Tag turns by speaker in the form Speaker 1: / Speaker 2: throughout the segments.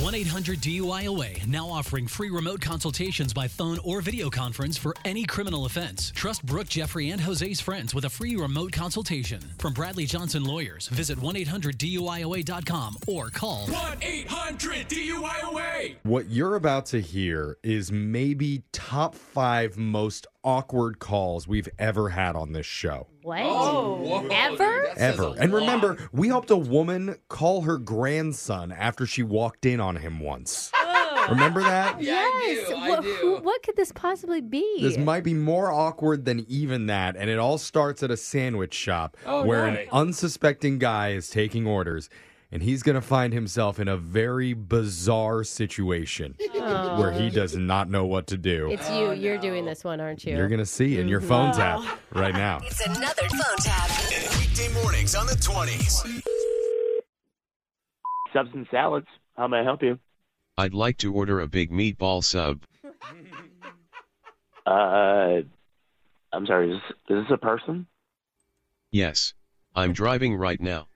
Speaker 1: 1 800 DUIOA now offering free remote consultations by phone or video conference for any criminal offense. Trust Brooke, Jeffrey, and Jose's friends with a free remote consultation. From Bradley Johnson Lawyers, visit 1 800 DUIOA.com or call
Speaker 2: 1 800 DUIOA.
Speaker 3: What you're about to hear is maybe top five most awkward calls we've ever had on this show.
Speaker 4: What?
Speaker 2: Oh, whoa,
Speaker 4: Ever?
Speaker 2: dude, that says
Speaker 3: Ever.
Speaker 2: a
Speaker 3: And
Speaker 2: lot.
Speaker 3: remember, we helped a woman call her grandson after she walked in on him once. Remember that?
Speaker 2: Oh. Yeah, I
Speaker 4: yes.
Speaker 2: do. I
Speaker 4: what,
Speaker 2: do.
Speaker 4: Who, what could this possibly be?
Speaker 3: This might be more awkward than even that, and it all starts at a sandwich shop
Speaker 2: Oh,
Speaker 3: where
Speaker 2: no.
Speaker 3: an unsuspecting guy is taking orders, and he's going to find himself in a very bizarre situation
Speaker 2: Oh.
Speaker 3: where he does not know what to do.
Speaker 4: it's you. You're doing this one, aren't you?
Speaker 3: You're going to see in your phone tap right now.
Speaker 5: It's another phone tap.
Speaker 6: Weekday mornings on the 20s.
Speaker 7: Subs and salads. How may I help you?
Speaker 8: I'd like to order a big meatball sub.
Speaker 7: Uh, I'm sorry. Is, is this a person?
Speaker 8: Yes. I'm driving right now.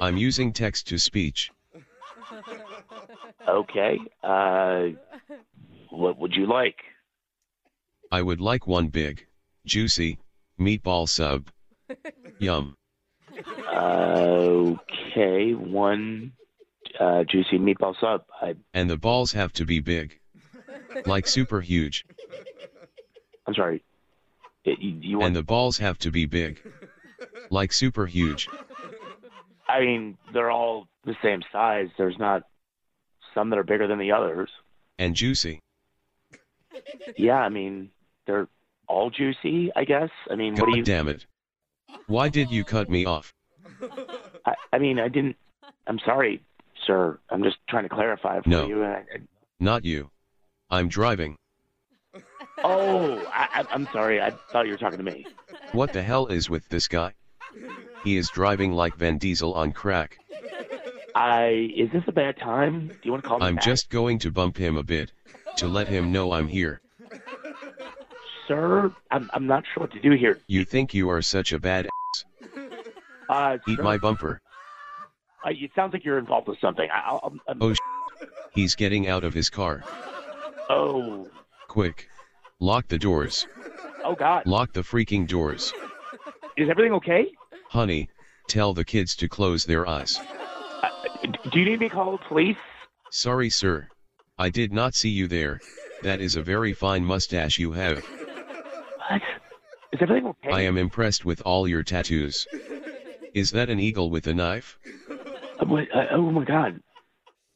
Speaker 8: I'm using text to speech.
Speaker 7: Okay. Uh, what would you like?
Speaker 8: I would like one big, juicy, meatball sub. Yum.
Speaker 7: Uh, okay, one uh, juicy meatball sub. I,
Speaker 8: And the balls have to be big. Like super huge.
Speaker 7: I'm sorry. It, you, you want?
Speaker 8: And the balls have to be big. Like super huge.
Speaker 7: I mean, they're all the same size. There's not some that are bigger than the others.
Speaker 8: And juicy.
Speaker 7: Yeah, I mean, they're all juicy. I guess. I mean, what do
Speaker 8: God
Speaker 7: you?
Speaker 8: damn it. Why did you cut me off?
Speaker 7: I, I mean, I didn't. I'm sorry, sir. I'm just trying to clarify for
Speaker 8: No.
Speaker 7: you. and I, I,
Speaker 8: Not you. I'm driving.
Speaker 7: Oh, I, I- I'm sorry. I thought you were talking to me.
Speaker 8: What the hell is with this guy? He is driving like Van Diesel on crack.
Speaker 7: I is this a bad time? Do you want to call me
Speaker 8: I'm
Speaker 7: back?
Speaker 8: just going to bump him a bit to let him know I'm here.
Speaker 7: sir. I'm I'm not sure what to do here.
Speaker 8: You think you are such a bad ass.
Speaker 7: Uh,
Speaker 8: Eat
Speaker 7: sir,
Speaker 8: my bumper.
Speaker 7: uh, it sounds like you're involved with something. I, I'll, um, I'm- I'm,
Speaker 8: Oh, sh- He's getting out of his car.
Speaker 7: oh,
Speaker 8: Quick. Lock the doors.
Speaker 7: oh, God.
Speaker 8: Lock the freaking doors.
Speaker 7: Is everything okay?
Speaker 8: Honey, tell the kids to close their eyes.
Speaker 7: D- Do you need me to call the police?
Speaker 8: Sorry, sir. I did not see you there. That is a very fine mustache you have.
Speaker 7: What? Is everything okay?
Speaker 8: I am impressed with all your tattoos. Is that an eagle with a knife?
Speaker 7: Uh, what- uh, oh my God.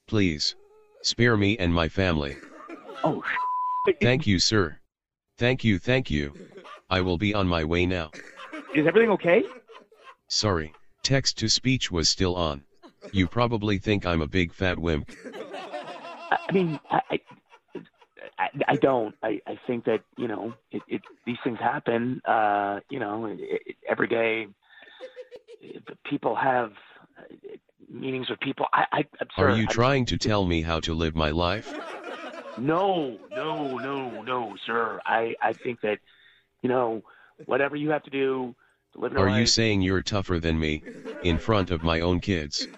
Speaker 8: Please. Spare me and my family.
Speaker 7: Oh, sh-
Speaker 8: Thank you, sir. Thank you, thank you. I will be on my way now.
Speaker 7: is everything okay?
Speaker 8: Sorry, text to speech was still on. You probably think I'm a big fat wimp.
Speaker 7: I, I mean, I. I I, I don't. I, I think that you know it, it, these things happen. Uh, you know, it, it, every day it, people have uh, meetings with people. I, I I'm
Speaker 8: Are
Speaker 7: sorry.
Speaker 8: you
Speaker 7: I'm-
Speaker 8: trying to tell me how to live my life?
Speaker 7: No, no, no, no, sir. I, I think that you know whatever you have to do to live your
Speaker 8: Are
Speaker 7: life.
Speaker 8: you saying you're tougher than me in front of my own kids?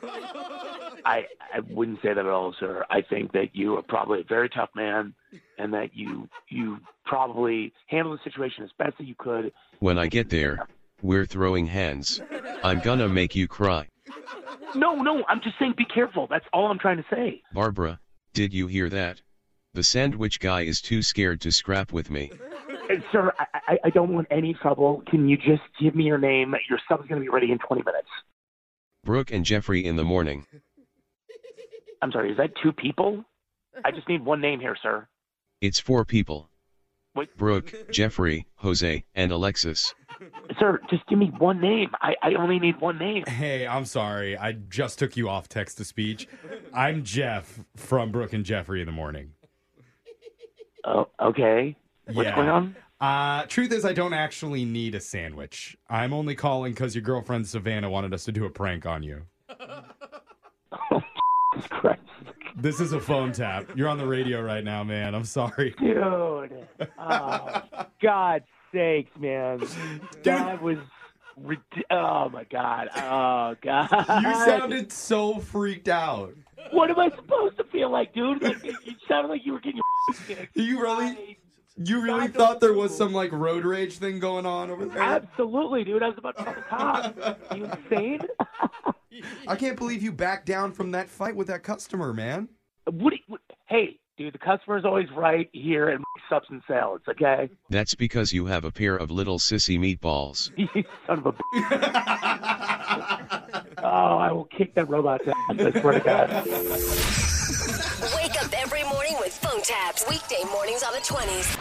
Speaker 7: I I wouldn't say that at all, sir. I think that you are probably a very tough man, and that you you probably handled the situation as best that you could.
Speaker 8: When I get there, we're throwing hands. I'm gonna make you cry.
Speaker 7: No, no, I'm just saying be careful. That's all I'm trying to say.
Speaker 8: Barbara, did you hear that? The sandwich guy is too scared to scrap with me.
Speaker 7: And, sir, I, I, I don't want any trouble. Can you just give me your name? Your sub's going to be ready in 20 minutes.
Speaker 8: Brooke and Jeffrey in the morning.
Speaker 7: I'm sorry, is that two people? I just need one name here, sir.
Speaker 8: It's four people.
Speaker 7: Wait.
Speaker 8: Brooke, Jeffrey, Jose, and Alexis.
Speaker 7: Sir, just give me one name. I, I only need one name.
Speaker 3: Hey, I'm sorry. I just took you off text to speech. I'm Jeff from Brooke and Jeffrey in the morning.
Speaker 7: Oh, okay. What's
Speaker 3: Yeah.
Speaker 7: going on?
Speaker 3: Uh, truth is, I don't actually need a sandwich. I'm only calling because your girlfriend Savannah wanted us to do a prank on you.
Speaker 7: Jesus Christ.
Speaker 3: This is a phone tap. You're on the radio right now, man. I'm sorry.
Speaker 7: Dude. Oh, God's sakes, man. That was. rid- Oh, my God. Oh, God.
Speaker 3: You sounded so freaked out.
Speaker 7: What am I supposed to feel like, dude? Like, it it sounded like you were getting your kicked.
Speaker 3: You really, you really
Speaker 7: Not
Speaker 3: thought there was
Speaker 7: believable.
Speaker 3: some like road rage thing going on over there?
Speaker 7: Absolutely, dude. I was about to call the cops. You insane?
Speaker 3: I can't believe you backed down from that fight with that customer, man.
Speaker 7: What, do you- what- Hey, dude, the customer's always right here at Substance Salads, okay?
Speaker 8: That's because you have a pair of little sissy meatballs.
Speaker 7: You son of a. b- oh, I will kick that robot's ass. I swear to God.
Speaker 5: Wake up every morning with phone taps. Weekday mornings on the 20s.